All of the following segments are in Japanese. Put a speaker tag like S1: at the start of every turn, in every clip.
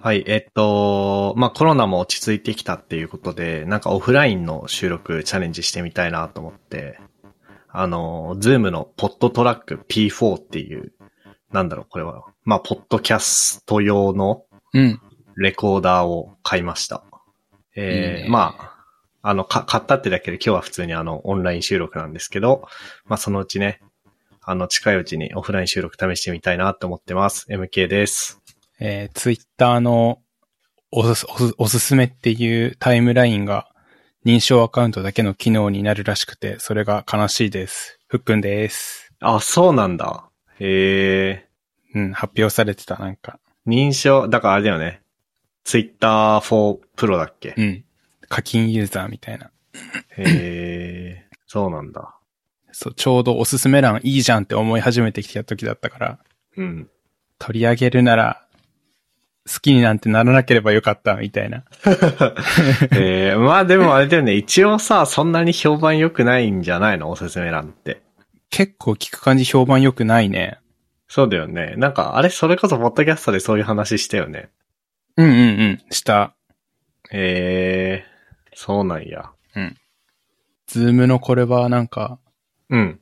S1: はい、えっと、まあ、コロナも落ち着いてきたっていうことで、なんかオフラインの収録チャレンジしてみたいなと思って、あの、ズームのポッドトラック P4 っていう、なんだろう、これは。まあ、ポッドキャスト用の
S2: うん。
S1: レコーダーを買いました。えー
S2: いいね
S1: まあ、あの、か、買ったってだけで今日は普通にあの、オンライン収録なんですけど、まあ、そのうちね、あの、近いうちにオフライン収録試してみたいなと思ってます。MK です。
S2: えー、ツイッターのおすすおすおすすめっていうタイムラインが認証アカウントだけの機能になるらしくて、それが悲しいです。ふっくんです。
S1: あ、そうなんだ。え
S2: うん、発表されてた、なんか。
S1: ー、認証、だからあれだよね。Twitter for Pro だっけ、
S2: うん。課金ユーザーみたいな。
S1: えー、そうなんだ。
S2: そう、ちょうどおすすめ欄いいじゃんって思い始めてきた時だったから、
S1: うん。
S2: 取り上げるなら、好きになんてならなければよかった、みたいな。
S1: えー、まあでもあれだよね。一応さ、そんなに評判良くないんじゃないのおすすめ欄って。
S2: 結構聞く感じ評判良くないね。
S1: そうだよね。なんか、あれ、それこそ、ポッドキャストでそういう話したよね。
S2: うんうんうん。した。
S1: えー、そうなんや。
S2: ズームのこれはなんか、
S1: うん。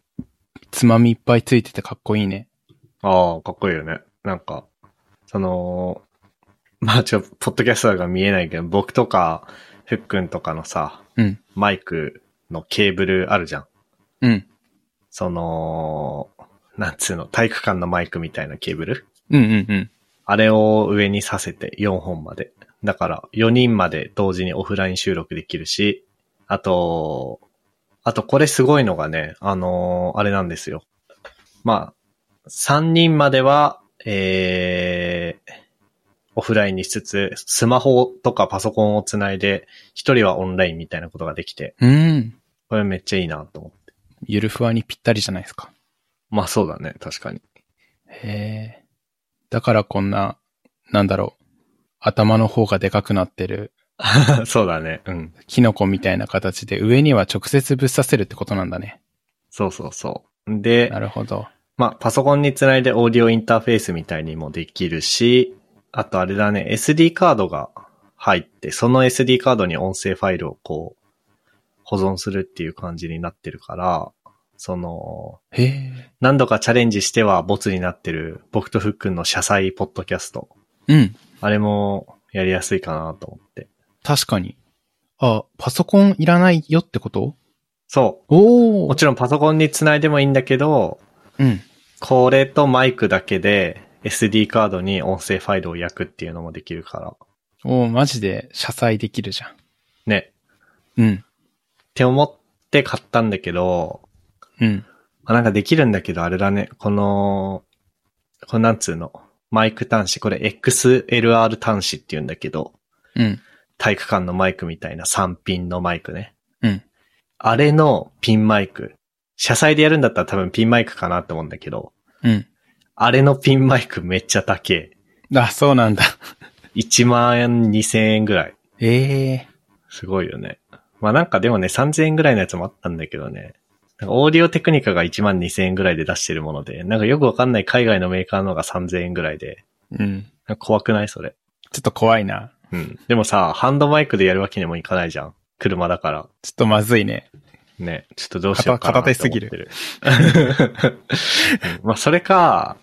S2: つまみいっぱいついててかっこいいね。
S1: ああ、かっこいいよね。なんか、その、まあちょ、ポッドキャストが見えないけど、僕とか、ふっくんとかのさ、
S2: うん。
S1: マイクのケーブルあるじゃん。
S2: うん。
S1: その、なんつうの、体育館のマイクみたいなケーブル
S2: うんうんうん。
S1: あれを上にさせて4本まで。だから4人まで同時にオフライン収録できるし、あと、あとこれすごいのがね、あのーあれなんですよ。まあ、3人までは、えー、オフラインにしつつ、スマホとかパソコンをつないで、1人はオンラインみたいなことができて、
S2: うん。
S1: これめっちゃいいなと思って。
S2: ゆるふわにぴったりじゃないですか。
S1: まあそうだね、確かに。
S2: へえ。だからこんな、なんだろう。頭の方がでかくなってる、
S1: そうだね、うん。
S2: キノコみたいな形で上には直接ぶっ刺せるってことなんだね。
S1: そうそうそう。で、
S2: なるほど。
S1: まあ、パソコンにつないでオーディオインターフェースみたいにもできるし、あとあれだね、SD カードが入って、その SD カードに音声ファイルをこう、保存するっていう感じになってるから、その、
S2: へえ。
S1: 何度かチャレンジしてはボツになってる、僕とふっくんの謝罪ポッドキャスト。
S2: うん。
S1: あれもやりやすいかなと思って。
S2: 確かに。あ、パソコンいらないよってこと
S1: そ
S2: お
S1: う。
S2: お
S1: もちろんパソコンにつないでもいいんだけど、
S2: うん。
S1: これとマイクだけで SD カードに音声ファイルを焼くっていうのもできるから。
S2: おおマジで、謝罪できるじゃん。
S1: ね。
S2: うん。
S1: って思って買ったんだけど、
S2: うん。
S1: あなんかできるんだけど、あれだね、この、このなんつうの、マイク端子、これ XLR 端子って言うんだけど、
S2: うん。
S1: 体育館のマイクみたいな3ピンのマイクね。
S2: うん。
S1: あれのピンマイク。車載でやるんだったら多分ピンマイクかなって思うんだけど、
S2: うん。
S1: あれのピンマイクめっちゃ高え。
S2: あ、そうなんだ。
S1: 1万円2000円ぐらい。
S2: ええ
S1: すごいよね。まあなんかでもね、3000円ぐらいのやつもあったんだけどね。なんかオーディオテクニカが1万2000円ぐらいで出してるもので、なんかよくわかんない海外のメーカーの方が3000円ぐらいで、
S2: うん。
S1: なんか怖くないそれ。
S2: ちょっと怖いな。
S1: うん。でもさ、ハンドマイクでやるわけにもいかないじゃん。車だから。
S2: ちょっとまずいね。
S1: ね。ちょっとどうしようかなって思ってる。うんまあそれか、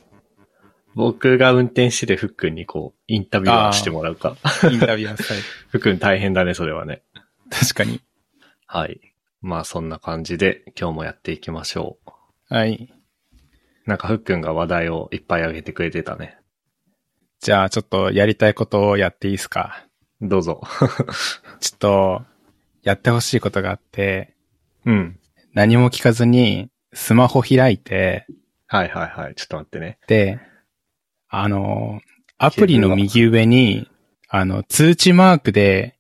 S1: 僕が運転しててフックンにこう、インタビューをしてもらうか。
S2: インタビューの 際。
S1: フックン大変だね、それはね。
S2: 確かに。
S1: はい。まあそんな感じで今日もやっていきましょう。
S2: はい。
S1: なんかふっくんが話題をいっぱい上げてくれてたね。
S2: じゃあ、ちょっとやりたいことをやっていいですか。
S1: どうぞ。
S2: ちょっと、やってほしいことがあって、
S1: うん。
S2: 何も聞かずに、スマホ開いて、
S1: はいはいはい。ちょっと待ってね。
S2: で、あの、アプリの右上に、あの、通知マークで、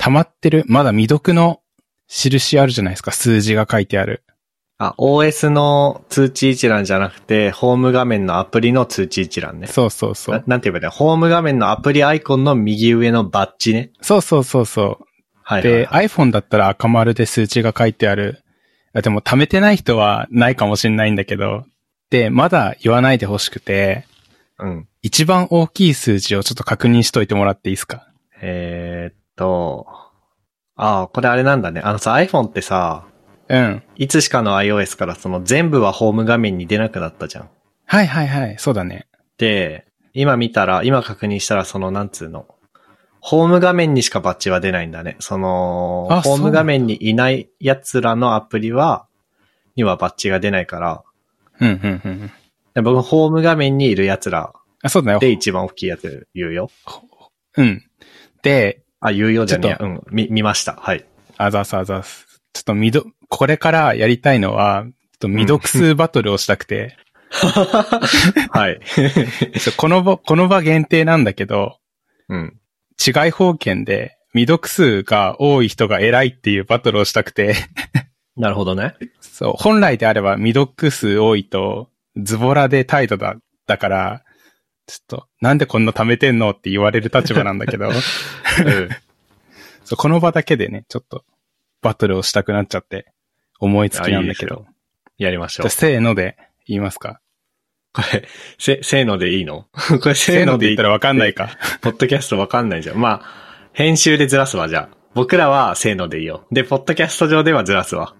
S2: 溜まってる、まだ未読の印あるじゃないですか、数字が書いてある。
S1: あ、OS の通知一覧じゃなくて、ホーム画面のアプリの通知一覧ね。
S2: そうそうそ
S1: な
S2: う。
S1: なんて言えばいいんだよホーム画面のアプリアイコンの右上のバッジね。
S2: そうそうそうそう。
S1: はいはい、
S2: で、
S1: はい。
S2: iPhone だったら赤丸で数値が書いてある。あでも、貯めてない人はないかもしれないんだけど、で、まだ言わないでほしくて、
S1: うん。
S2: 一番大きい数字をちょっと確認しといてもらっていいですか
S1: えー、っと、ああ、これあれなんだね。あのさ、iPhone ってさ、
S2: うん。
S1: いつしかの iOS からその全部はホーム画面に出なくなったじゃん。
S2: はいはいはい、そうだね。
S1: で、今見たら、今確認したらそのなんつうの、ホーム画面にしかバッジは出ないんだね。その
S2: あ、
S1: ホー
S2: そうなん
S1: ム
S2: だ
S1: 画面にいない奴らのアプリは、にはバッジが出ないから、
S2: うんうんうんうん。
S1: で僕ホーム画面にいる奴ら
S2: あ、そうだよ。
S1: で一番大きいやつ言うよ。
S2: うん。で、
S1: あ、言うよじゃねえや
S2: ち
S1: う
S2: ょ
S1: ん、見、見ました。はい。
S2: あざすあざす。ちょっとみど、これからやりたいのは、ちょっと未読数バトルをしたくて、
S1: はい。
S2: そうこの場、この場限定なんだけど、
S1: うん。
S2: 違い方権で、未読数が多い人が偉いっていうバトルをしたくて、
S1: なるほどね。
S2: そう、本来であれば未読数多いと、ズボラで態度だ、だから、ちょっと、なんでこんな貯めてんのって言われる立場なんだ けど、
S1: うん。
S2: そう、この場だけでね、ちょっと、バトルをしたくなっちゃって、思いつきなんだ
S1: あ
S2: け
S1: い
S2: ど。
S1: やりまし
S2: じ
S1: ょ
S2: ゃ
S1: う
S2: あ。せーので言いますか。
S1: これ、せ、せーのでいいの これ
S2: せ
S1: せ
S2: ー
S1: ー
S2: の
S1: の
S2: で
S1: で言っ
S2: 言っ
S1: たた
S2: ら
S1: ら、
S2: わかんな いか。
S1: ポッドキャストわかんないじゃん。まあ、編集でずらすわ、じゃあ。僕らはせーのでいいよ。で、ポッドキャスト上ではずらすわ。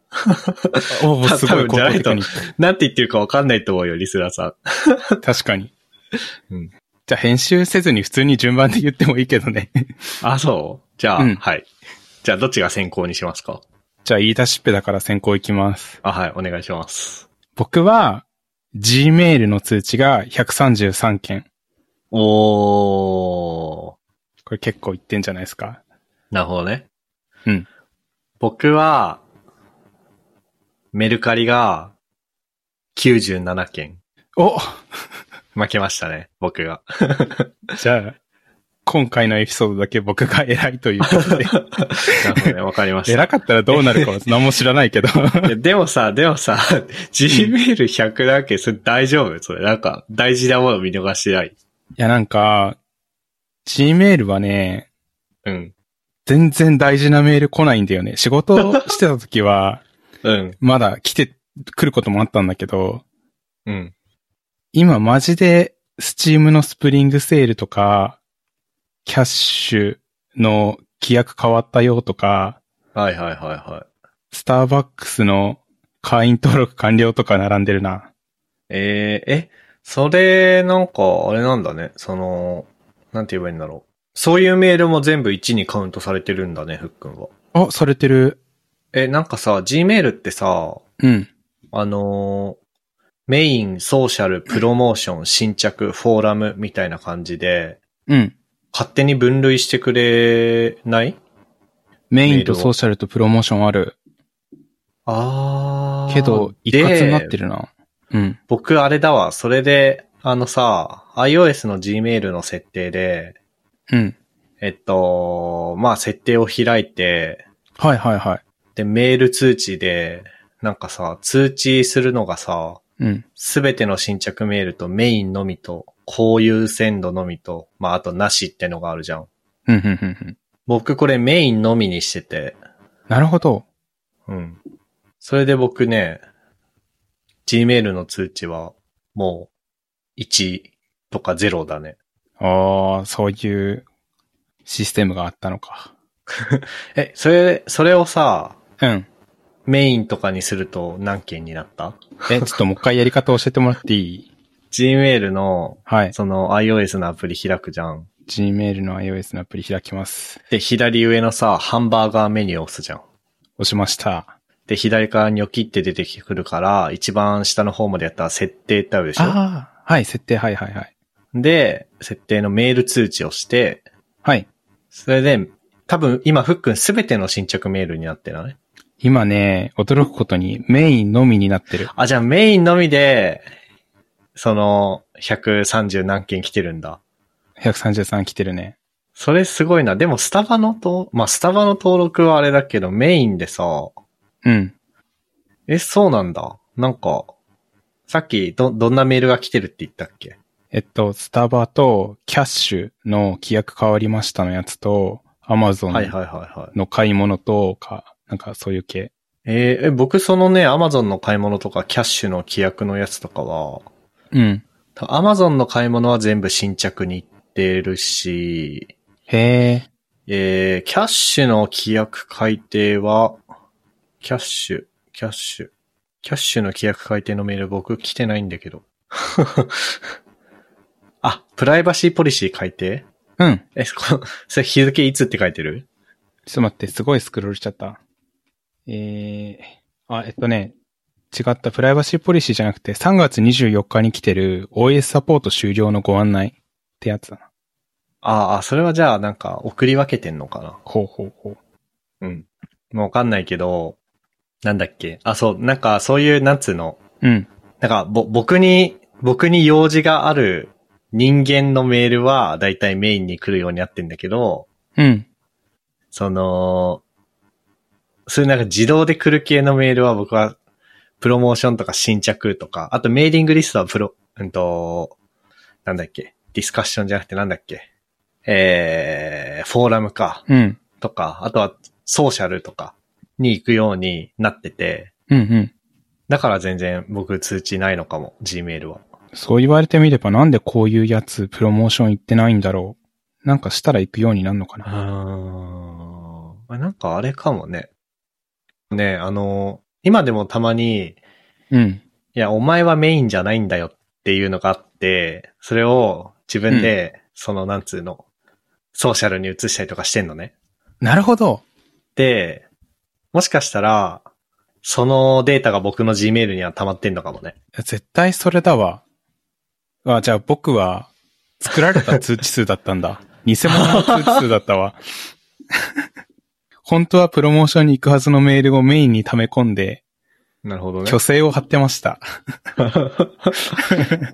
S2: おーすごい
S1: 多分じゃないと
S2: 効果的
S1: なんて言ってるかわかんないと思うよ、リスナーさん。
S2: に確かに。
S1: うん
S2: じゃあ編集せずに普通に順番で言ってもいいけどね。
S1: あ、そうじゃあ、
S2: うん
S1: はい。じゃあ、どっちが先行にしますか
S2: じゃあ言い出しっぺだから先行いきます。
S1: あ、はい、お願いします。
S2: 僕は、Gmail の通知が133件。
S1: おー。
S2: これ結構いってんじゃないですか。
S1: なるほどね。
S2: うん。
S1: 僕は、メルカリが97件。
S2: お
S1: 負けましたね、僕 が。
S2: じゃあ、今回のエピソードだけ僕が偉いということで。
S1: なるほどね、わかりました。
S2: 偉かったらどうなるかは何も知らないけど。
S1: いやでもさ、でもさ、Gmail100 だっけそれ大丈夫それなんか大事なもの見逃してない。
S2: いや、なんか、Gmail はね、
S1: うん。
S2: 全然大事なメール来ないんだよね。仕事をしてた時は、
S1: うん。
S2: まだ来て、来ることもあったんだけど、
S1: うん。
S2: 今マジで、スチームのスプリングセールとか、キャッシュの規約変わったよとか、
S1: はいはいはいはい。
S2: スターバックスの会員登録完了とか並んでるな。
S1: えー、え、それ、なんか、あれなんだね。その、なんて言えばいいんだろう。そういうメールも全部1にカウントされてるんだね、ふっくんは。
S2: あ、されてる。
S1: え、なんかさ、Gmail ってさ、
S2: うん。
S1: あのーメイン、ソーシャル、プロモーション、新着、フォーラムみたいな感じで、
S2: うん。
S1: 勝手に分類してくれない
S2: メインとソーシャルとプロモーションある。
S1: あー
S2: けど、一括になって
S1: る。
S2: るな。うん。
S1: 僕、あれだわ。それで、あのさ、iOS の Gmail の設定で、
S2: うん。
S1: えっと、まあ、設定を開いて、
S2: はいはいはい。
S1: で、メール通知で、なんかさ、通知するのがさ、
S2: うん。
S1: すべての新着メールとメインのみと、こういう鮮度のみと、まあ、あとなしってのがあるじゃん。
S2: うん、うん、うんうん。
S1: 僕これメインのみにしてて、
S2: なるほど。
S1: うん。それで僕ね、Gmail の通知はもう1とか0だね。
S2: ああ、そういうシステムがあったのか。
S1: え、それ、それをさ、
S2: うん。
S1: メインとかにすると何件になった
S2: え、ちょっともう一回やり方教えてもらっていい
S1: ?Gmail の、
S2: はい。
S1: その iOS のアプリ開くじゃん。
S2: Gmail の iOS のアプリ開きます。
S1: で、左上のさ、ハンバーガーメニューを押すじゃん。
S2: 押しました。
S1: で、左側にョキって出てくるから、一番下の方までやったら設定ってあるでしょ
S2: ああ、はい、設定、はいはいはい。
S1: で、設定のメール通知をして、
S2: はい。
S1: それで、多分今、ふっくんすべての新着メールになってない
S2: 今ね、驚くことにメインのみになってる。
S1: あ、じゃあメインのみで、その、130何件来てるんだ。
S2: 133来てるね。
S1: それすごいな。でも、スタバのと、まあ、スタバの登録はあれだけど、メインでさ、
S2: うん。
S1: え、そうなんだ。なんか、さっき、ど、どんなメールが来てるって言ったっけ
S2: えっと、スタバとキャッシュの規約変わりましたのやつと、アマゾン
S1: はいはいはいはい。
S2: の買い物とか、なんかそういう系。
S1: えーえ、僕そのね、アマゾンの買い物とか、キャッシュの規約のやつとかは、
S2: うん。
S1: アマゾンの買い物は全部新着に行ってるし、
S2: へえ。
S1: えー、キャッシュの規約改定は、キャッシュ、キャッシュ、キャッシュの規約改定のメール僕来てないんだけど。 あ、プライバシーポリシー改定
S2: うん。
S1: え、こそれ日付いつって書いてる
S2: ちょっと待って、すごいスクロールしちゃった。えー、あ、えっとね、違ったプライバシーポリシーじゃなくて、3月24日に来てる OS サポート終了のご案内ってやつだな。
S1: あーあ、それはじゃあなんか送り分けてんのかな
S2: ほうほうほう。
S1: うん。もうわかんないけど、なんだっけ。あ、そう、なんかそういう、なんつうの。
S2: うん。
S1: なんか、ぼ、僕に、僕に用事がある人間のメールは、だいたいメインに来るようになってんだけど、
S2: うん。
S1: その、そういうなんか自動で来る系のメールは僕は、プロモーションとか新着とか、あとメーリングリストはプロ、うんと、なんだっけ、ディスカッションじゃなくてなんだっけ、えー、フォーラムか、
S2: うん。
S1: とか、あとはソーシャルとかに行くようになってて、
S2: うんうん。
S1: だから全然僕通知ないのかも、Gmail は。
S2: そう言われてみればなんでこういうやつプロモーション行ってないんだろう。なんかしたら行くようになるのかな。
S1: あーなんかあれかもね。ね、あの、今でもたまに、
S2: うん。
S1: いや、お前はメインじゃないんだよっていうのがあって、それを自分で、その、なんつうの、ソーシャルに移したりとかしてんのね。
S2: なるほど。
S1: で、もしかしたら、そのデータが僕の Gmail には溜まってんのかもね。
S2: 絶対それだわ。あ、じゃあ僕は作られた通知数だったんだ。偽物の通知数だったわ。本当はプロモーションに行くはずのメールをメインに溜め込んで、
S1: なるほど
S2: 虚勢を張ってました。
S1: い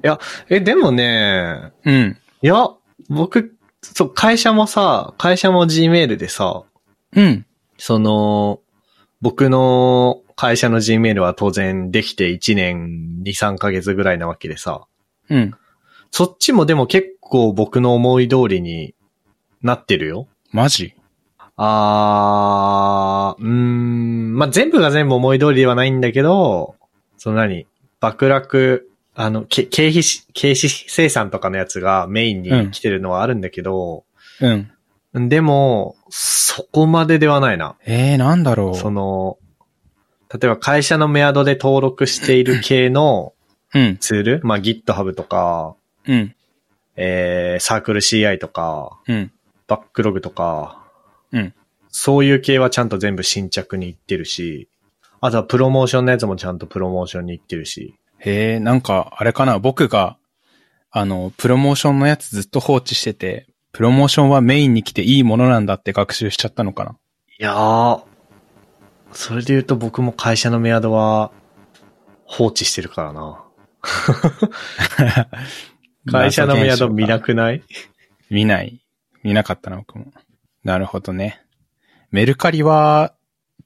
S1: や、え、でもね、
S2: うん。
S1: いや、僕、そう、会社もさ、会社も Gmail でさ、
S2: うん。
S1: その、僕の会社の Gmail は当然できて1年2、3ヶ月ぐらいなわけでさ、
S2: うん。
S1: そっちもでも結構僕の思い通りになってるよ。
S2: マジ
S1: あー、うーん、まあ、全部が全部思い通りではないんだけど、その何、爆落、あの、け経費し、経費生産とかのやつがメインに来てるのはあるんだけど、
S2: うん。
S1: でも、そこまでではないな。
S2: えー、なんだろ
S1: その、例えば会社のメアドで登録している系の
S2: う。うん。
S1: ツール、まあ、GitHub とか、
S2: うん。
S1: えー、サークル CI とか、
S2: うん。
S1: バックログとか、
S2: うん。
S1: そういう系はちゃんと全部新着に行ってるし、あとはプロモーションのやつもちゃんとプロモーションに行ってるし。
S2: へえ、なんか、あれかな、僕が、あの、プロモーションのやつずっと放置してて、プロモーションはメインに来ていいものなんだって学習しちゃったのかな。
S1: いやー、それで言うと僕も会社のメアドは放置してるからな。会社のメアド見なくない
S2: 見ない。見なかったな、僕も。なるほどね。メルカリは、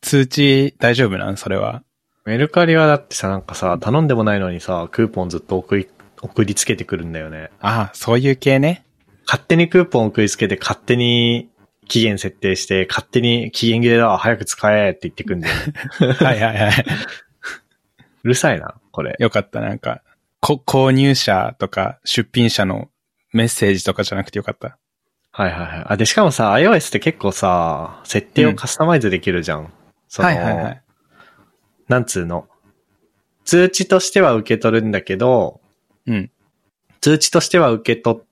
S2: 通知大丈夫なんそれは。
S1: メルカリはだってさ、なんかさ、頼んでもないのにさ、クーポンずっと送り、送りつけてくるんだよね。
S2: ああ、そういう系 ね。
S1: 勝手にクーポン送りつけて、勝手に期限設定して、勝手に期限切れだわ、早く使えって言ってくんだよ ね。
S2: はいはいはい。
S1: うるさいな、これ。
S2: よかった、なんか、こ、購入者とか出品者のメッセージとかじゃなくてよかった。
S1: はいはいはい。あ、で、しかもさ、iOS って結構さ、設定をカスタマイズできるじゃん。その、
S2: はいはいはい。
S1: なんつうの。通知としては受け取るんだけど、
S2: うん。
S1: 通知としては受け取っ、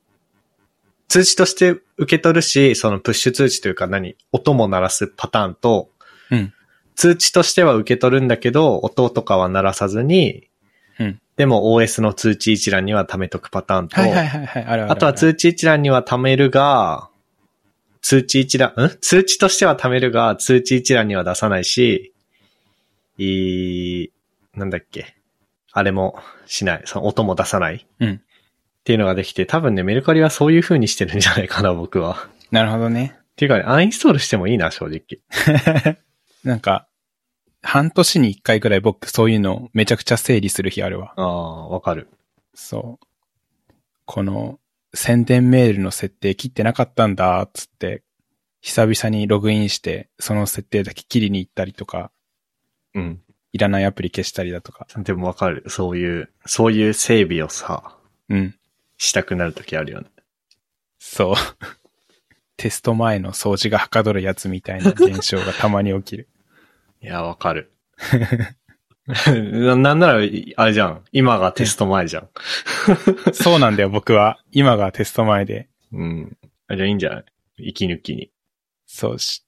S1: 通知として受け取るし、そのプッシュ通知というか何、音も鳴らすパターンと、
S2: うん。
S1: 通知としては受け取るんだけど、音とかは鳴らさずに、
S2: うん。
S1: でも OS の通知一覧には貯めとくパターンと、
S2: はいはいはいはい。あるあるる
S1: あとは通知一覧には貯めるが、通知一覧、ん通知としては貯めるが、通知一覧には出さないし、いーなんだっけ。あれもしない。その音も出さない。
S2: うん
S1: っていうのができて、多分ね、メルカリはそういう風にしてるんじゃないかな、 僕は。
S2: なるほどね。
S1: っていうかね、アンインストールしてもいいな、正直。
S2: なんか、半年に一回ぐらい僕そういうのめちゃくちゃ整理する日あるわ。
S1: ああ、わかる。
S2: そう。この宣伝メールの設定切ってなかったんだっつって、久々にログインして、その設定だけ切りに行ったりとか、
S1: うん。
S2: いらないアプリ消したりだとか。
S1: でもわかる。そういう、そういう整備をさ、
S2: うん。
S1: したくなるときあるよね。
S2: そう。 テスト前の掃除がはかどるやつみたいな現象がたまに 起きる。
S1: いや、わかる。 ななんなら、あれじゃん。今がテスト前じゃん。
S2: そうなんだよ、僕は。今がテスト前で。
S1: うん。あじゃあいいんじゃない息抜きに。
S2: そうし。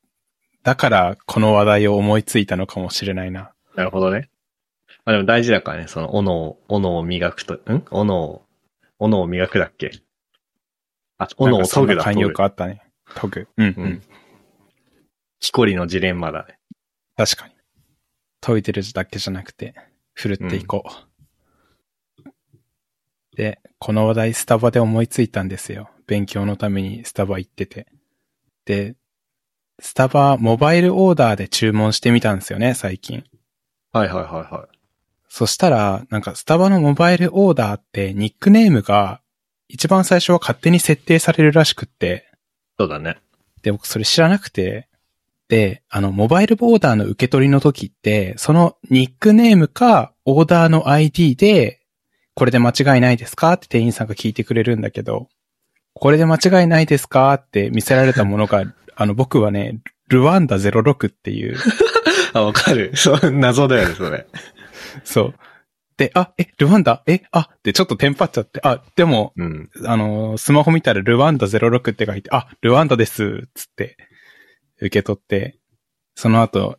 S2: だから、この話題を思いついたのかもしれないな。
S1: なるほどね。まあでも大事だからね、その、斧を、斧を磨くと、ん斧を、斧を磨くだっけあ、斧を研ぐ
S2: なんかそんな
S1: だ、
S2: 慣
S1: 研ぐ
S2: 用句。あったね。研ぐ。うん、
S1: う
S2: うんん。。
S1: 木こりのジレンマだね。
S2: 確かに。研いでるだけじゃなくて、振るっていこう。で、この話題スタバで思いついたんですよ。勉強のためにスタバ行ってて。で、スタバモバイルオーダーで注文してみたんですよね、最近。
S1: はいはいはいは
S2: そしたら、なんかスタバのモバイルオーダーってニックネームが一番最初は勝手に設定されるらしくって、
S1: い。そうだね。
S2: で、僕それ知らなくて、で、あの、モバイルオーダーの受け取りの時って、そのニックネームかオーダーの ID で、これで間違いないですかって店員さんが聞いてくれるんだけど、これで間違いないですかって見せられたものが、 あの、僕はね、ルワンダ06っていう、
S1: あ、わかる。 そう、謎だよね、それ。
S2: そう。で、あ、え、ルワンダえ、あ、で、ちょっとテンパっちゃって、あ、でも、
S1: うん。
S2: あの、スマホ見たらルワンダ06って書いて、あ、ルワンダですっつって、受け取って、その後、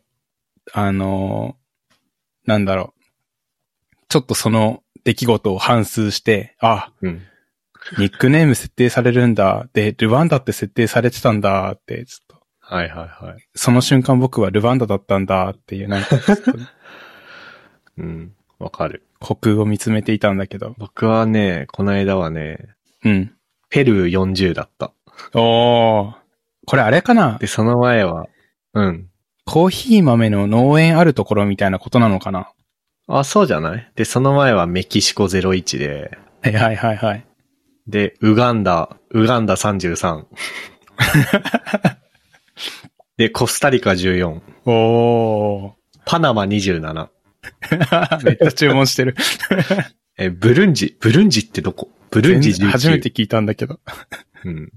S2: あの、なんだろう、ちょっとその出来事を反数して、あ、
S1: うん。
S2: ニックネーム設定されるんだ、で、ルワンダって設定されてたんだって、ちょっと、
S1: はいはいはい。
S2: その瞬間僕はルワンダだったんだっていう、 なんかちょっと、
S1: うん。わかる。
S2: 虚空を見つめていたんだけど、
S1: 僕はね、この間はね、
S2: うん。
S1: ペルー40だった。
S2: おー、これあれかな
S1: で、その前は、うん。
S2: コーヒー豆の農園あるところみたいなことなのかな
S1: あ、そうじゃないで、その前はメキシコ01で、
S2: はいはいはいはい。
S1: で、ウガンダ、ウガンダ33。で、コスタリカ14。
S2: お
S1: パナマ27。
S2: ー。めっちゃ注文して る。
S1: え、ブルンジ、ブルンジってどこブルンジ
S2: 全然
S1: 19。
S2: 初めて。聞いたんだけど。
S1: うん。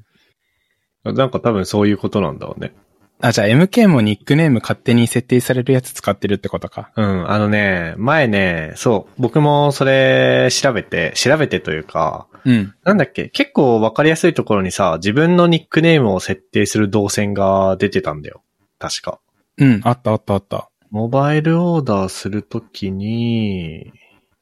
S1: なんか多分そういうことなんだろうね。
S2: あ、じゃあ MK もニックネーム勝手に設定されるやつ使ってるってことか。
S1: うん、あのね、前ね、そう、僕もそれ調べて、調べてというか、
S2: うん。
S1: なんだっけ、結構わかりやすいところにさ、自分のニックネームを設定する動線が出てたんだよ。確か。
S2: うん、あったあったあった。
S1: モバイルオーダーするときに、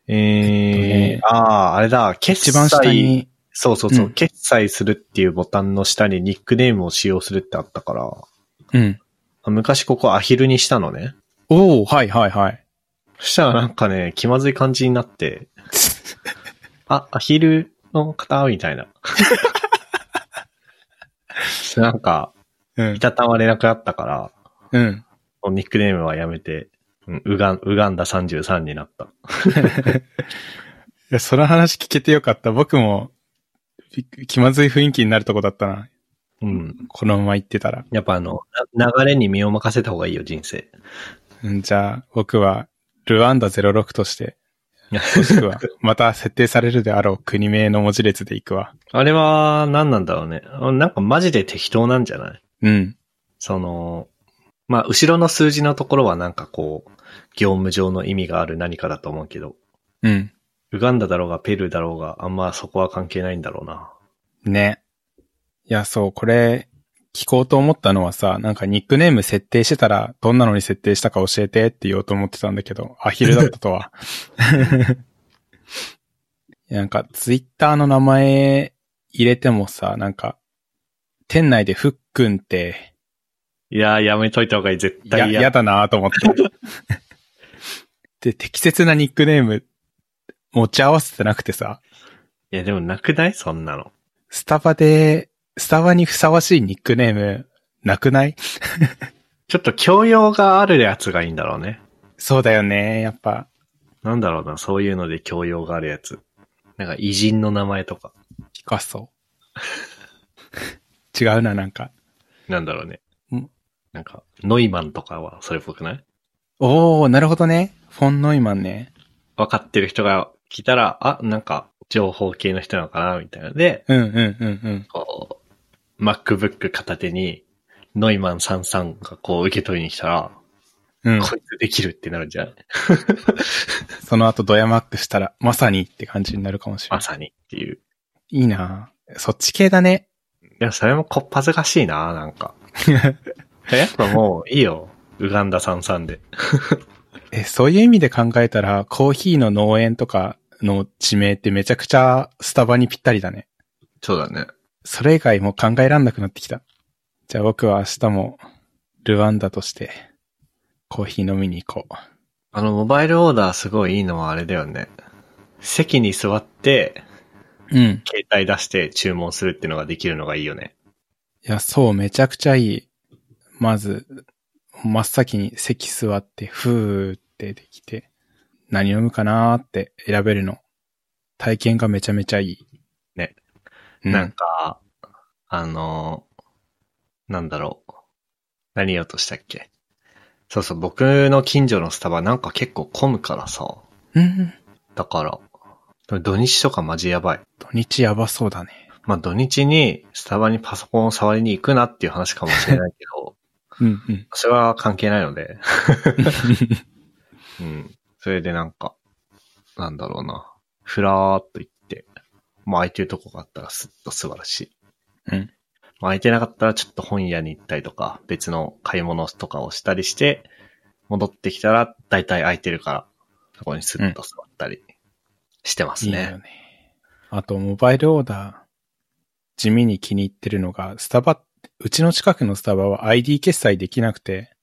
S1: えー、
S2: えっとね
S1: ああー、あれだ、決
S2: 一
S1: 済、
S2: 番下に、
S1: そうそうそう、
S2: うん
S1: 決済するっていうボタンの下にニックネームを使用するってあったから、
S2: うん。
S1: 昔ここアヒルにしたのね。
S2: おー、はいはいはい。
S1: そしたらなんかね、気まずい感じになって、あ、アヒルの方み たいな。なんか、
S2: うん
S1: い。たたまれなくなったから、
S2: うん。
S1: ニックネームはやめて、うん、ウガン、ウガンダ33になった。
S2: いや、その話聞けてよかった。僕も、び気まずい雰囲気になるとこだったな。
S1: うん。
S2: このまま言ってたら。
S1: やっぱあの、な流れに身を任せた方がいいよ、人生。
S2: うん、じゃあ、僕は、ルワンダ06として、もしく は、また設定されるであろう国名の文字列でいくわ。
S1: あれは、何なんだろうね。あなんかマジで適当なんじゃない
S2: うん。
S1: その、まあ、後ろの数字のところはなんかこう、業務上の意味がある何かだと思うけど、
S2: うん。
S1: ウガンダだろうがペルーだろうが、あんまそこは関係ないんだろうな。
S2: ね。いや、そう、これ、聞こうと思ったのはさ、なんかニックネーム設定してたら、どんなのに設定したか教えてって言おうと思ってたんだけど、アヒルだったと は。いやなんか、ツイッターの名前入れてもさ、なんか、店内でふっくんって、
S1: いやー、やめといた方がいい、絶
S2: いや、
S1: 対
S2: 嫌だなと思 って。で、適切なニックネーム持ち合わせてなくてさ、
S1: いや、でもなくないそんなの。
S2: スタバで、スタバにふさわしいニックネームなくない
S1: ちょっと教養があるやつがいいんだろうね。
S2: そうだよね、やっぱ。
S1: なんだろうな、そういうので教養があるやつ。なんか偉人の名前とか。
S2: ピカソ。 違うな、なんか。
S1: なんだろうね
S2: うん。
S1: なんか、ノイマンとかはそれっぽくない
S2: おー、なるほどね。フォン・ノイマンね。
S1: 分かってる人が聞いたら、あ、なんか、情報系の人なのかな、みたいな。で、
S2: うんうんうんうん。
S1: こう、MacBook 片手に、ノイマン33がこう受け取りに来たら、
S2: うん。
S1: こいつできるってなるんじゃない
S2: その後ドヤマックしたら、まさにって感じになるかもしれ
S1: ま
S2: ない。
S1: さにっていう。
S2: いいなぁそっち系だね。
S1: でもそれもこっぱずかしいな、なん か。やっぱもういいよ。ウガンダ33で。
S2: え、そういう意味で考えたら、コーヒーの農園とかの地名ってめちゃくちゃスタバにぴったりだね。
S1: そうだね。
S2: それ以外もう考えらんなくなってきた。じゃあ僕は明日もルワンダとしてコーヒー飲みに行こう。
S1: あの、モバイルオーダーすごいいいのはあれだよね。席に座って、
S2: うん。
S1: 携帯出して注文するっていうのができるのがいいよね。
S2: いや、そう、めちゃくちゃいい。まず、真っ先に席座って、ふーってできて、何飲むかなーって選べるの。体験がめちゃめちゃいい。
S1: ね。
S2: うん、
S1: なんか、あの、なんだろう。何言おうとしたっけ。そうそう、僕の近所のスタバなんか結構混むからさ。
S2: うん。
S1: だから、土日とかマジやばい。
S2: 土日やばそうだね。
S1: まあ土日にスタバにパソコンを触りに行くなっていう話かもしれないけど、
S2: うんうん。
S1: それは関係ないの で、うん。それでなんか、なんだろうな。ふらーっと行って、まあ空いてるとこがあったらすっと座るし、
S2: うん。
S1: まあ空いてなかったらちょっと本屋に行ったりとか、別の買い物とかをしたりして、戻ってきたら大体空いてるから、そこにスッと座ったりしてます
S2: いい
S1: ね。
S2: よね。あと、モバイルオーダー、地味に気に入ってるのが、スタバ、うちの近くのスタバは ID 決済できなくて、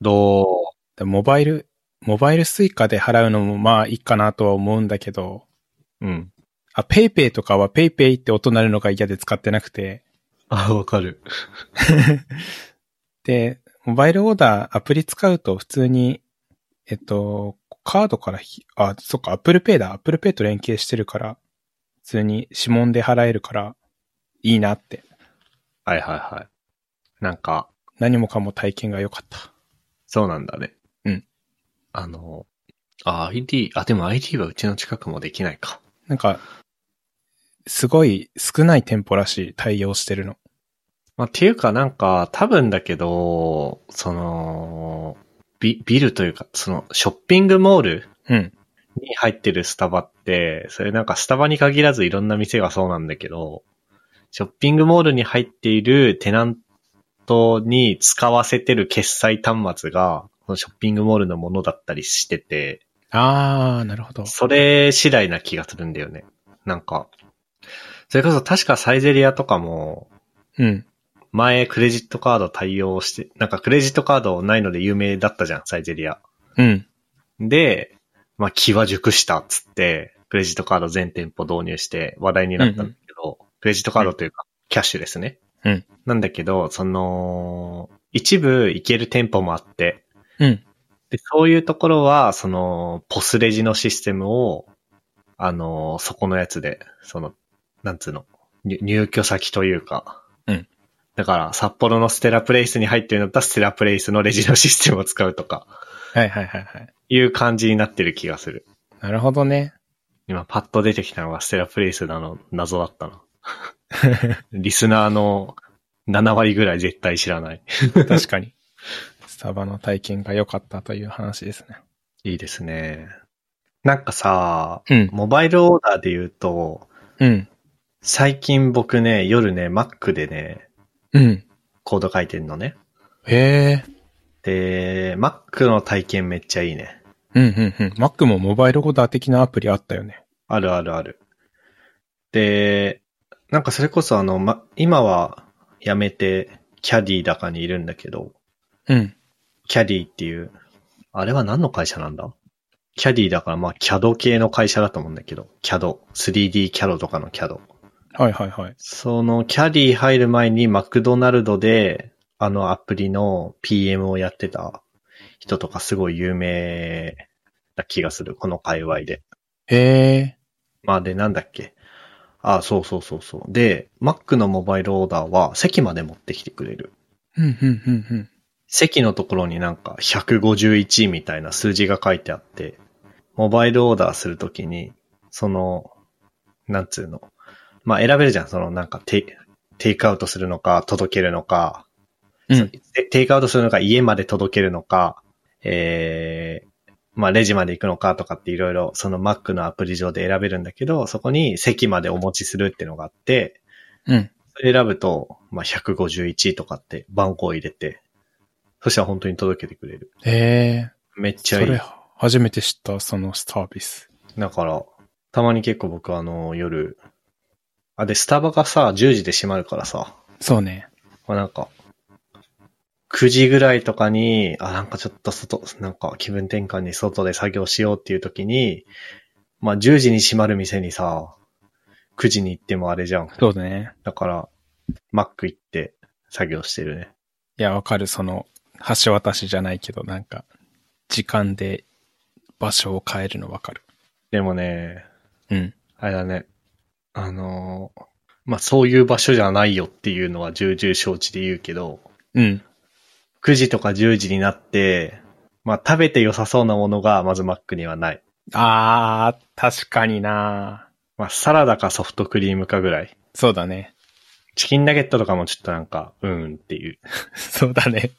S1: どう
S2: だモバイル、モバイルスイカで払うのもまあいいかなとは思うんだけど、
S1: うん。
S2: あ、ペイペイとかはペイペイって音鳴るのが嫌で使ってなくて、
S1: あ、わかる。
S2: で、モバイルオーダーアプリ使うと普通に、えっと、カードからひ、あ、そっか、Apple Pay だ。Apple Pay と連携してるから、普通に指紋で払えるから、いいなって。
S1: はいはいはい。なんか、
S2: 何もかも体験が良かった。
S1: そうなんだね。
S2: うん。
S1: あの、あ、ID、あ、でも ID はうちの近くもできないか。
S2: なんか、すごい少ない店舗らしい対応してるの。
S1: まあ、っていうかなんか、多分だけど、その、ビ、ビルというか、その、ショッピングモール
S2: うん。
S1: に入ってるスタバって、それなんかスタバに限らずいろんな店がそうなんだけど、ショッピングモールに入っているテナントに使わせてる決済端末が、そのショッピングモールのものだったりしてて、
S2: あー、なるほど。
S1: それ次第な気がするんだよね。なんか、それこそ確かサイゼリアとかも、
S2: うん。
S1: 前クレジットカード対応して、なんかクレジットカードないので有名だったじゃん、サイゼリア。
S2: うん。
S1: で、まあ気は熟したっつって、クレジットカード全店舗導入して話題になったんだけど、クレジットカードというか、キャッシュですね。
S2: うん。
S1: なんだけど、その、一部行ける店舗もあって、
S2: うん。
S1: で、そういうところは、その、ポスレジのシステムを、あの、そこのやつで、その、なんつうの、入入居先というか。
S2: うん。
S1: だから、札幌のステラプレイスに入ってるんだったら、ステラプレイスのレジのシステムを使うとか、
S2: はいはいはいはい。
S1: いう感じになってる気がする。
S2: なるほどね。
S1: 今、パッと出てきたのがステラプレイスなの、謎だったな。 リスナーの7割ぐらい絶対知らない。
S2: 確かに。 スタバの体験が良かったという話ですね。
S1: いいですね。なんかさ、
S2: うん。
S1: モバイルオーダーで言うと、
S2: うん。
S1: 最近僕ね、夜ね、Mac でね、
S2: うん。
S1: コード書いてんのね。
S2: へえ。
S1: で、Mac の体験めっちゃいいね。
S2: うんうんうん。Mac もモバイルオーダー的なアプリあったよね。
S1: あるあるある。で、なんかそれこそあの、ま、今はやめて、キャディだかにいるんだけど、
S2: うん。
S1: キャディっていう、あれは何の会社なんだキャディだからまあ、CAD 系の会社だと思うんだけど、CAD、3D キャドとかの CAD。
S2: はいはいはい。
S1: そのキャリー入る前にマクドナルドであのアプリの PM をやってた人とかすごい有名な気がする。この界隈で。
S2: へえ。
S1: まあでなんだっけ。あそうそうそうそう。で、Mac のモバイルオーダーは席まで持ってきてくれる。
S2: うんうんうんうん。
S1: 席のところになんか151みたいな数字が書いてあって、モバイルオーダーするときに、その、なんつうの。まあ選べるじゃん。そのなんかテイ、テイクアウトするのか、届けるのか、
S2: うん。
S1: でテイクアウトするのか、家まで届けるのか、えー、まあ、レジまで行くのかとかっていろいろ、その Mac のアプリ上で選べるんだけど、そこに席までお持ちするってのがあって、
S2: うん。
S1: それ選ぶと、まあ、151とかって番号を入れて、そしたら本当に届けてくれる。
S2: ええ
S1: めっち
S2: そ
S1: ゃいい
S2: れ。初めて知った、そのサービス。
S1: だから、たまに結構僕はあの、夜、あ、で、スタバがさ、10時で閉まるからさ、
S2: そうね。
S1: まあ、なんか、9時ぐらいとかに、あ、なんかちょっと外、なんか気分転換に外で作業しようっていう時に、まあ10時に閉まる店にさ、9時に行ってもあれじゃん。
S2: そうだね。
S1: だから、マック行って作業してるね。
S2: いや、わかる。その、橋渡しじゃないけど、なんか、時間で場所を変えるのわかる。
S1: でもね、
S2: うん。
S1: あれだね。あのーまあそういう場所じゃないよっていうのは重々承知で言うけど、
S2: うん。
S1: 9時とか10時になって、まあ食べて良さそうなものがまずマックにはない。
S2: あー、確かにな
S1: まあサラダかソフトクリームかぐらい。
S2: そうだね。
S1: チキンナゲットとかもちょっとなんか、うーんっていう。
S2: そうだね。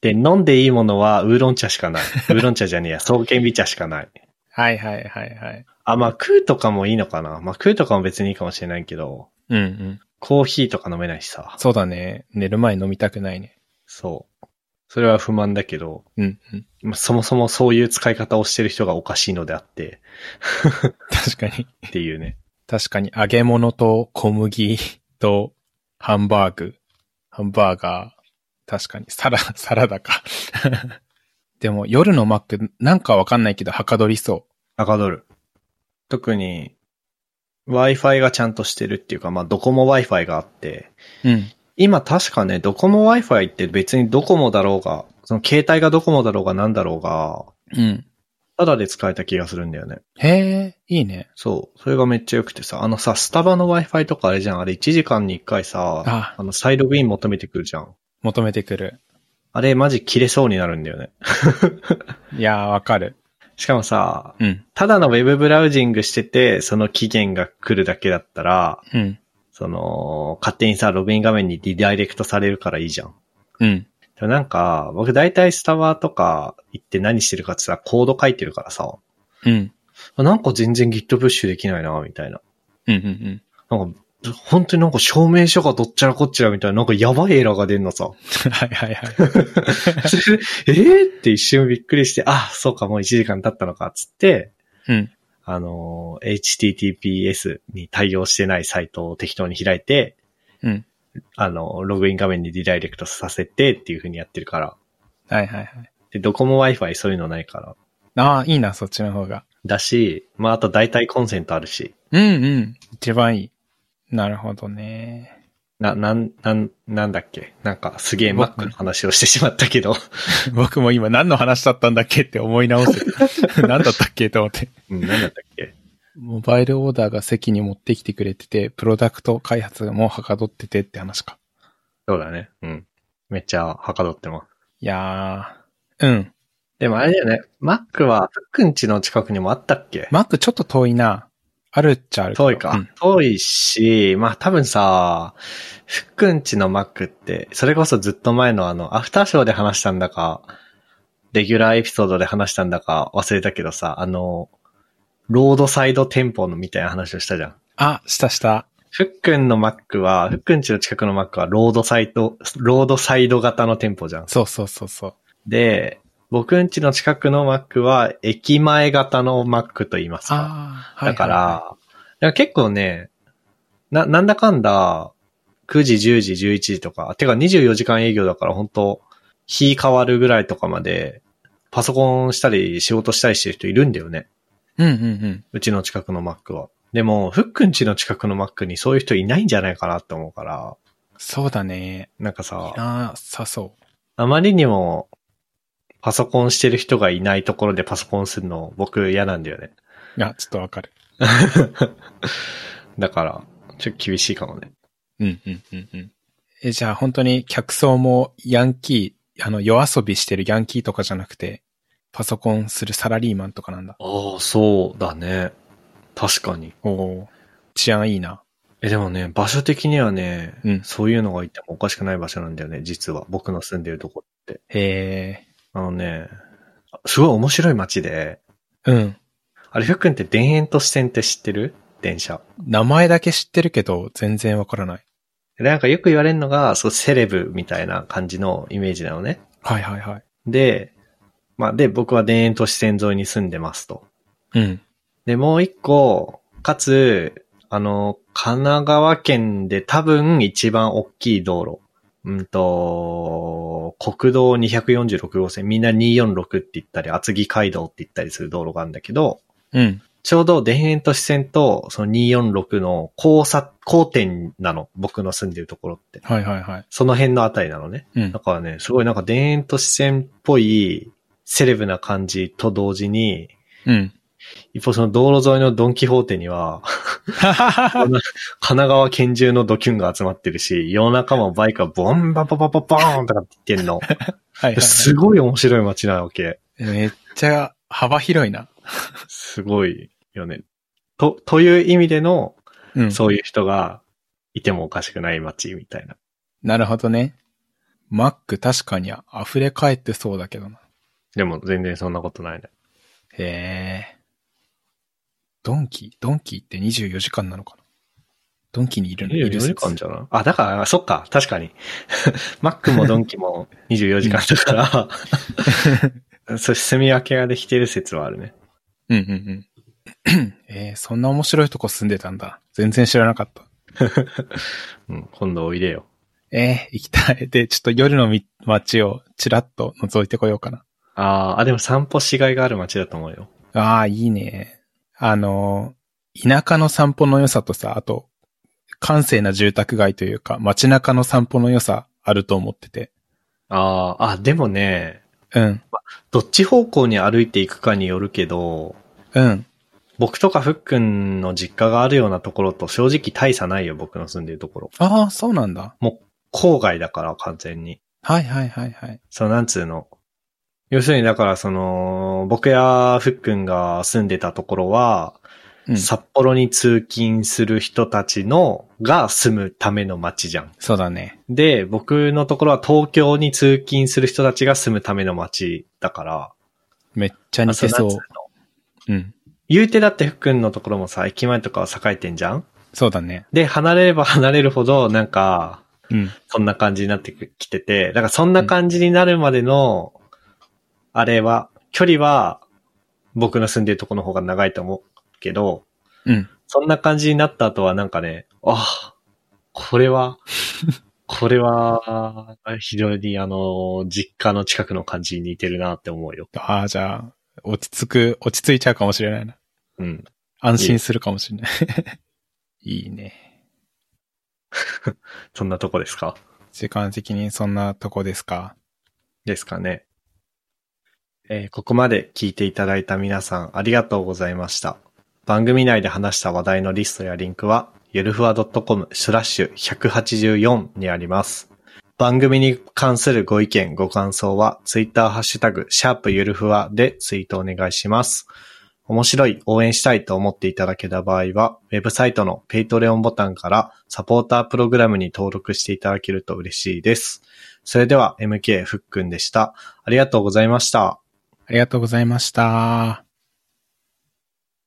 S1: で、飲んでいいものはウーロン茶しかない。ウーロン茶じゃねえや、双剣美茶しかない。
S2: はいはいはいはい。
S1: あ、まあ、クーとかもいいのかな。まあ、クーとかも別にいいかもしれないけど、
S2: うんうん。
S1: コーヒーとか飲めないしさ。
S2: そうだね。寝る前飲みたくないね。
S1: そう。それは不満だけど、
S2: うんうん。
S1: まあ、そもそもそういう使い方をしてる人がおかしいのであ って、
S2: 確かに。
S1: っていうね。
S2: 確かに、揚げ物と小麦 とハンバーグ、ハンバーガー、確かに、サラ、 サラダか。でも、夜のマック、なんかわかんないけど、はかどりそ
S1: 赤ドル。特に、Wi-Fi がちゃんとしてるっていうか、まあ、ドコモ Wi-Fi があって、
S2: う。うん。
S1: 今確かね、ドコモ Wi-Fi って別にドコモだろうが、その携帯がドコモだろうがなんだろうが、
S2: うん。
S1: ただで使えた気がするんだよね。
S2: へえ、いいね。
S1: そう。それがめっちゃ良くてさ、あのさ、スタバの Wi-Fi とかあれじゃん。あれ1時間に1回さ、あ
S2: あ、
S1: の、サイドグイーン求めてくるじゃん。
S2: 求めてくる。
S1: あれマジ切れそうになるんだよね。
S2: いやー、わかる。
S1: しかもさ、
S2: うん。
S1: ただのウェブブラウジングしてて、その期限が来るだけだったら、
S2: うん。
S1: その、勝手にさ、ログイン画面にリダイレクトされるからいいじゃん。
S2: うん。
S1: でもなんか、僕大体スタバとか行って何してるかってさ、コード書いてるからさ、
S2: うん。
S1: なんか全然 Git プッシュできないな、みたいな。
S2: うん。うん。
S1: なんか、本当になんか証明書がどっちゃらこっちゃらみたいな、なんかやばいエラーが出んのさ。
S2: はいはいはい。
S1: それでえー、って一瞬びっくりして、あ、そうか、もう1時間経ったのか、つって、
S2: うん。
S1: あのー、https に対応してないサイトを適当に開いて、
S2: うん。
S1: あのー、ログイン画面にリダイレクトさせてっていう風にやってるから。
S2: はいはいはい。
S1: で、ドコモ Wi-Fi そういうのないから。
S2: ああ、いいな、そっちの方が。
S1: だし、まあ、あと代替コンセントあるし、
S2: うんうん。一番いい。なるほどね。
S1: な、なん、なん、なんだっけなんか、すげえ Mac の話をしてしまったけど、
S2: 僕も今何の話だったんだっけって思い直 す。何だったっけと思って。
S1: うん、なんだったっけ
S2: モバイルオーダーが席に持ってきてくれてて、プロダクト開発もはかどっててって話か。
S1: そうだね。うん。めっちゃ、はかどってます。
S2: いやー。うん。
S1: でもあれだよね。Mac は、ふっくんちの近くにもあったっけ
S2: マックちょっと遠いな。あるっちゃあるけど
S1: 遠いか。
S2: うん
S1: 遠いし、まあ多分さ、ふっくんちの Mac って、それこそずっと前のあの、アフターショーで話したんだか、レギュラーエピソードで話したんだか忘れたけどさ、あの、ロードサイド店舗のみたいな話をしたじゃん。
S2: あ、したした。
S1: ふっくんの Mac は、ふっくんちの近くの Mac はロードサイド、ロードサイド型の店舗じゃん。
S2: そうそうそうそう。
S1: で、僕んちの近くの Mac は、駅前型の Mac と言いますか。
S2: ああ、はいはいはい。
S1: だから、だから結構ね、な、なんだかんだ、9時、10時、11時とか、てか24時間営業だから本当日変わるぐらいとかまで、パソコンしたり仕事したりしてる人いるんだよね。
S2: うんうんうん。
S1: うちの近くの Mac は。でも、ふっくんちの近くの Mac にそういう人いないんじゃないかなって思うから、
S2: そうだね。
S1: なんか
S2: いい
S1: さ、
S2: なさそう。
S1: あまりにも、パソコンしてる人がいないところでパソコンするの僕嫌なんだよね。
S2: いや、ちょっとわかる。
S1: だから、ちょっと厳しいかもね。
S2: うんうんうんうん。え、じゃあ本当に客層もヤンキー、あの、夜遊びしてるヤンキーとかじゃなくて、パソコンするサラリーマンとかなんだ。
S1: ああ、そうだね。確かに。
S2: おお治安いいな。
S1: え、でもね、場所的にはね、
S2: うん
S1: そういうのがいてもおかしくない場所なんだよね、実は。僕の住んでるとこって。
S2: へ
S1: あのね、すごい面白い街で、
S2: え。うん。
S1: あれ、ふっくんって田園都市線って知ってる電車。
S2: 名前だけ知ってるけど、全然わからない。
S1: でなんかよく言われるのが、そう、セレブみたいな感じのイメージなのね。
S2: はいはいはい。
S1: で、まあ、で、僕は田園都市線沿いに住んでますと。
S2: うん。
S1: で、もう一個、かつ、あの、神奈川県で多分一番大きい道路。うんと、国道246号線、みんな246って言ったり、厚木街道って言ったりする道路があるんだけど、
S2: うん。
S1: ちょうど田園都市線とその246の交差、交点なの。僕の住んでるところって。
S2: はいはいはい。
S1: その辺のあたりなのね。
S2: うん
S1: だ。からね、すごいなんか田園都市線っぽいセレブな感じと同時に、
S2: うん。
S1: 一方その道路沿いのドンキホーテには、神奈川県中のドキュンが集まってるし、夜中もバイクがボンババババボーンとかって言ってんの。
S2: はいはい、はい。
S1: すごい面白い街なわけ。
S2: めっちゃ幅広いな。
S1: すごいよね。と、という意味での、
S2: うん
S1: そういう人がいてもおかしくない街みたいな。
S2: なるほどね。マック確かに溢れ返ってそうだけどな。
S1: でも全然そんなことないね。
S2: へえ。ドンキドンキって24時間なのかなドンキにいるの
S1: 24時間
S2: じ
S1: じゃないあ、だから、そっか、確かに。 マックもドンキも24時間だから、 そう、住み分けができてる説はあるね。
S2: ゃん。うんうんうん。 えー、そんな面白いとこ住んでたんだ。全然知らなかった。
S1: うん、今度おいでよ。
S2: えー、行きたい。で、ちょっと夜のみ街をちらっと覗いてこようかな。
S1: あーあ、でも散歩しがいがある街だと思うよ。
S2: ああ、いいね。あの、田舎の散歩の良さとさ、あと、閑静な住宅街というか、街中の散歩の良さあると思ってて。
S1: ああ、あ、でもね、
S2: うん、
S1: どっち方向に歩いていくかによるけど、
S2: うん。
S1: 僕とかふっくんの実家があるようなところと正直大差ないよ、僕の住んでるところ。
S2: ああ、そうなんだ。
S1: 郊外だから、完全に。
S2: はいはいはいはい。
S1: そのなんつうの。要するにだからその、僕やふっくんが住んでたところは、
S2: うん、
S1: 札幌に通勤する人たちの、が住むための街じゃん。
S2: そうだね。
S1: で、僕のところは東京に通勤する人たちが住むための街だから。
S2: めっちゃ似てそう
S1: あのなんつうの。
S2: うん。
S1: 言うてだってふっくんのところもさ、駅前とかは栄えてんじゃん
S2: そうだね。
S1: で、離れれば 離れるほど、なんか、
S2: うん。
S1: そんな感じになってきてて、だからそんな感じになるまでの、あれは、距離は、僕の住んでるとこの方が長いと思うけど、
S2: うん。
S1: そんな感じになった後はなんかね、あ、これは、これは、非常にあの、実家の近くの感じに似てるなって思うよ。
S2: ああ、じゃあ、落ち着く、落ち着いちゃうかもしれないな。
S1: うん。
S2: 安心するかもしれない。 いいね。
S1: そんなとこですか
S2: 時間的にそんなとこですか。
S1: ですかね。えーここまで聞いていただいた皆さんありがとうございました。番組内で話した話題のリストやリンクは、ゆるふわ .com スラッシュ184にあります。番組に関するご意見、ご感想は、ツイッターハッシュタグ、シャープゆるふわでツイートお願いします。面白い、応援したいと思っていただけた場合は、ウェブサイトのペイトレオンボタンからサポータープログラムに登録していただけると嬉しいです。それでは MK ふっくんでした。ありがとうございました。
S2: ありがとうございました。